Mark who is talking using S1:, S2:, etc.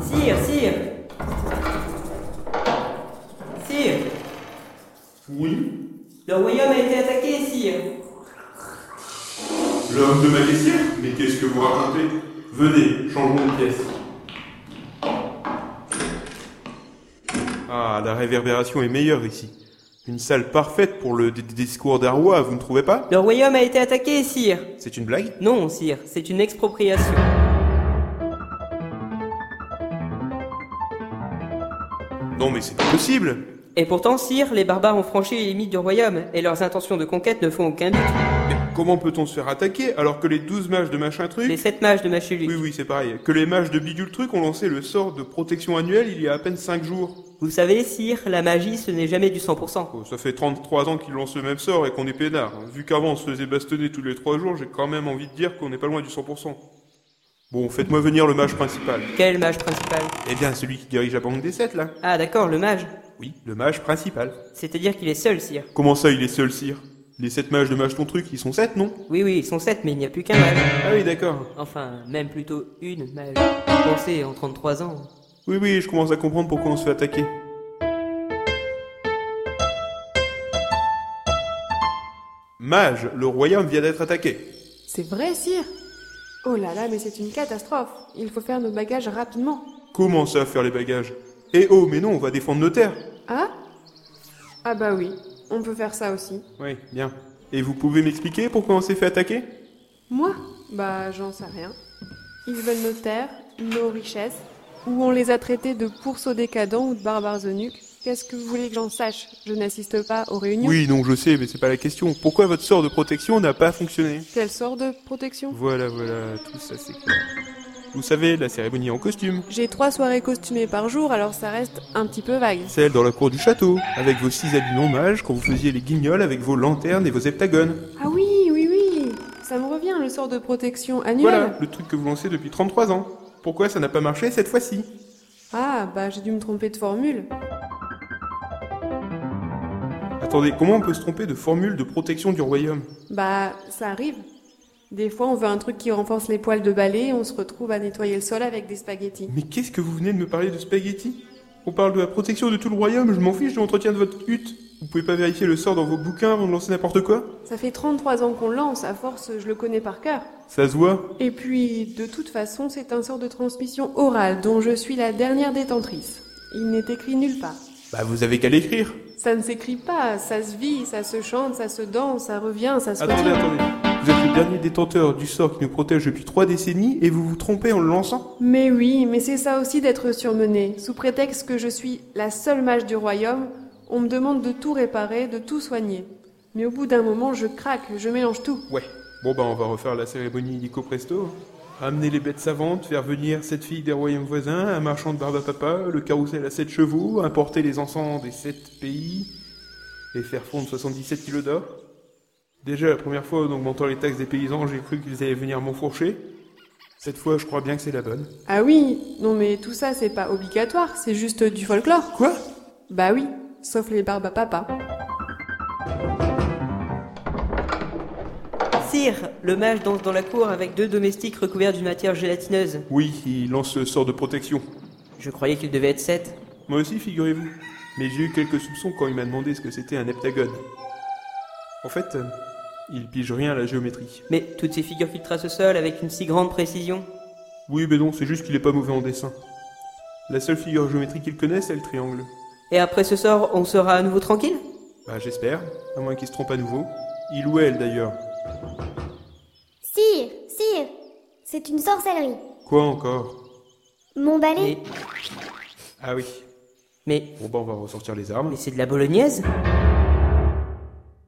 S1: Sire, sire Sire
S2: Oui
S1: Le royaume a été attaqué, sire
S2: L'homme de ma caissière Mais qu'est-ce que vous racontez Venez, changeons de pièce. Ah, la réverbération est meilleure ici. Une salle parfaite pour le d- d- discours d'Arwa, vous ne trouvez pas
S1: Le royaume a été attaqué, sire
S2: C'est une blague
S1: Non, sire, c'est une expropriation.
S2: Non mais c'est pas possible
S1: Et pourtant, sire, les barbares ont franchi les limites du royaume, et leurs intentions de conquête ne font aucun doute.
S2: Mais comment peut-on se faire attaquer alors que les 12 mages de machin truc
S1: Les sept mages de Machulu.
S2: Oui oui c'est pareil, que les mages de bidule truc ont lancé le sort de protection annuelle il y a à peine 5 jours.
S1: Vous savez, sire, la magie, ce n'est jamais du 100%.
S2: Oh, ça fait 33 ans qu'ils lancent le même sort et qu'on est peinard. Vu qu'avant on se faisait bastonner tous les 3 jours, j'ai quand même envie de dire qu'on n'est pas loin du 100%. Bon, faites-moi venir le mage principal.
S1: Quel mage principal
S2: Eh bien, celui qui dirige la banque des 7 là
S1: Ah, d'accord, le mage.
S2: Oui, le mage principal.
S1: C'est-à-dire qu'il est seul, sire.
S2: Comment ça, il est seul, sire Les 7 mages de mage ton truc, ils sont 7, non
S1: Oui, oui, ils sont sept, mais il n'y a plus qu'un mage.
S2: Ah oui, d'accord.
S1: Enfin, même plutôt une mage. Pensez, en 33 ans.
S2: Oui, oui, je commence à comprendre pourquoi on se fait attaquer. Mage, le royaume vient d'être attaqué.
S3: C'est vrai, sire Oh là là, mais c'est une catastrophe. Il faut faire nos bagages rapidement.
S2: Comment ça, faire les bagages Eh oh, mais non, on va défendre nos terres.
S3: Ah Ah bah oui, on peut faire ça aussi.
S2: Oui, bien. Et vous pouvez m'expliquer pourquoi on s'est fait attaquer
S3: Moi Bah j'en sais rien. Ils veulent nos terres, nos richesses, ou on les a traités de pourceaux décadents ou de barbares eunuques. Qu'est-ce que vous voulez que j'en sache Je n'assiste pas aux réunions.
S2: Oui, non, je sais, mais c'est pas la question. Pourquoi votre sort de protection n'a pas fonctionné
S3: Quelle sorte de protection
S2: Voilà, voilà, tout ça c'est clair. Vous savez, la cérémonie en costume.
S3: J'ai trois soirées costumées par jour, alors ça reste un petit peu vague.
S2: Celle dans la cour du château, avec vos six habits non mages quand vous faisiez les guignols avec vos lanternes et vos heptagones.
S3: Ah oui, oui, oui Ça me revient, le sort de protection annuel.
S2: Voilà, le truc que vous lancez depuis 33 ans. Pourquoi ça n'a pas marché cette fois-ci
S3: Ah, bah j'ai dû me tromper de formule.
S2: Attendez, comment on peut se tromper de formule de protection du royaume
S3: Bah, ça arrive. Des fois, on veut un truc qui renforce les poils de balai et on se retrouve à nettoyer le sol avec des spaghettis.
S2: Mais qu'est-ce que vous venez de me parler de spaghetti On parle de la protection de tout le royaume, je m'en fiche de l'entretien de votre hutte. Vous pouvez pas vérifier le sort dans vos bouquins avant de lancer n'importe quoi
S3: Ça fait 33 ans qu'on le lance, à force, je le connais par cœur.
S2: Ça se voit
S3: Et puis, de toute façon, c'est un sort de transmission orale dont je suis la dernière détentrice. Il n'est écrit nulle part.
S2: Bah vous avez qu'à l'écrire.
S3: Ça ne s'écrit pas, ça se vit, ça se chante, ça se danse, ça revient, ça se
S2: Attendez,
S3: retient.
S2: attendez. Vous êtes le dernier détenteur du sort qui nous protège depuis trois décennies et vous vous trompez en le lançant
S3: Mais oui, mais c'est ça aussi d'être surmené. Sous prétexte que je suis la seule mage du royaume, on me demande de tout réparer, de tout soigner. Mais au bout d'un moment, je craque, je mélange tout.
S2: Ouais. Bon bah on va refaire la cérémonie illico presto. Ramener les bêtes savantes, faire venir cette fille des royaumes voisins, un marchand de barbe à papa, le carrousel à sept chevaux, importer les encens des sept pays et faire fondre 77 kilos d'or. Déjà la première fois en augmentant les taxes des paysans, j'ai cru qu'ils allaient venir m'enfourcher. Cette fois, je crois bien que c'est la bonne.
S3: Ah oui, non mais tout ça c'est pas obligatoire, c'est juste du folklore.
S2: Quoi
S3: Bah oui, sauf les barbes à papa.
S1: Sire, le mage danse dans la cour avec deux domestiques recouverts d'une matière gélatineuse.
S2: Oui, il lance ce sort de protection.
S1: Je croyais qu'il devait être sept.
S2: Moi aussi, figurez-vous. Mais j'ai eu quelques soupçons quand il m'a demandé ce que c'était un heptagone. En fait, euh, il pige rien à la géométrie.
S1: Mais toutes ces figures qu'il trace au sol avec une si grande précision.
S2: Oui, mais non, c'est juste qu'il est pas mauvais en dessin. La seule figure géométrique qu'il connaît, c'est le triangle.
S1: Et après ce sort, on sera à nouveau tranquille
S2: Bah, j'espère, à moins qu'il se trompe à nouveau. Il ou elle, d'ailleurs.
S4: Sire, sire, c'est une sorcellerie.
S2: Quoi encore
S4: Mon
S1: Mais.
S4: balai
S2: Ah oui.
S1: Mais.
S2: Bon, bah, on va ressortir les armes.
S1: Mais c'est de la bolognaise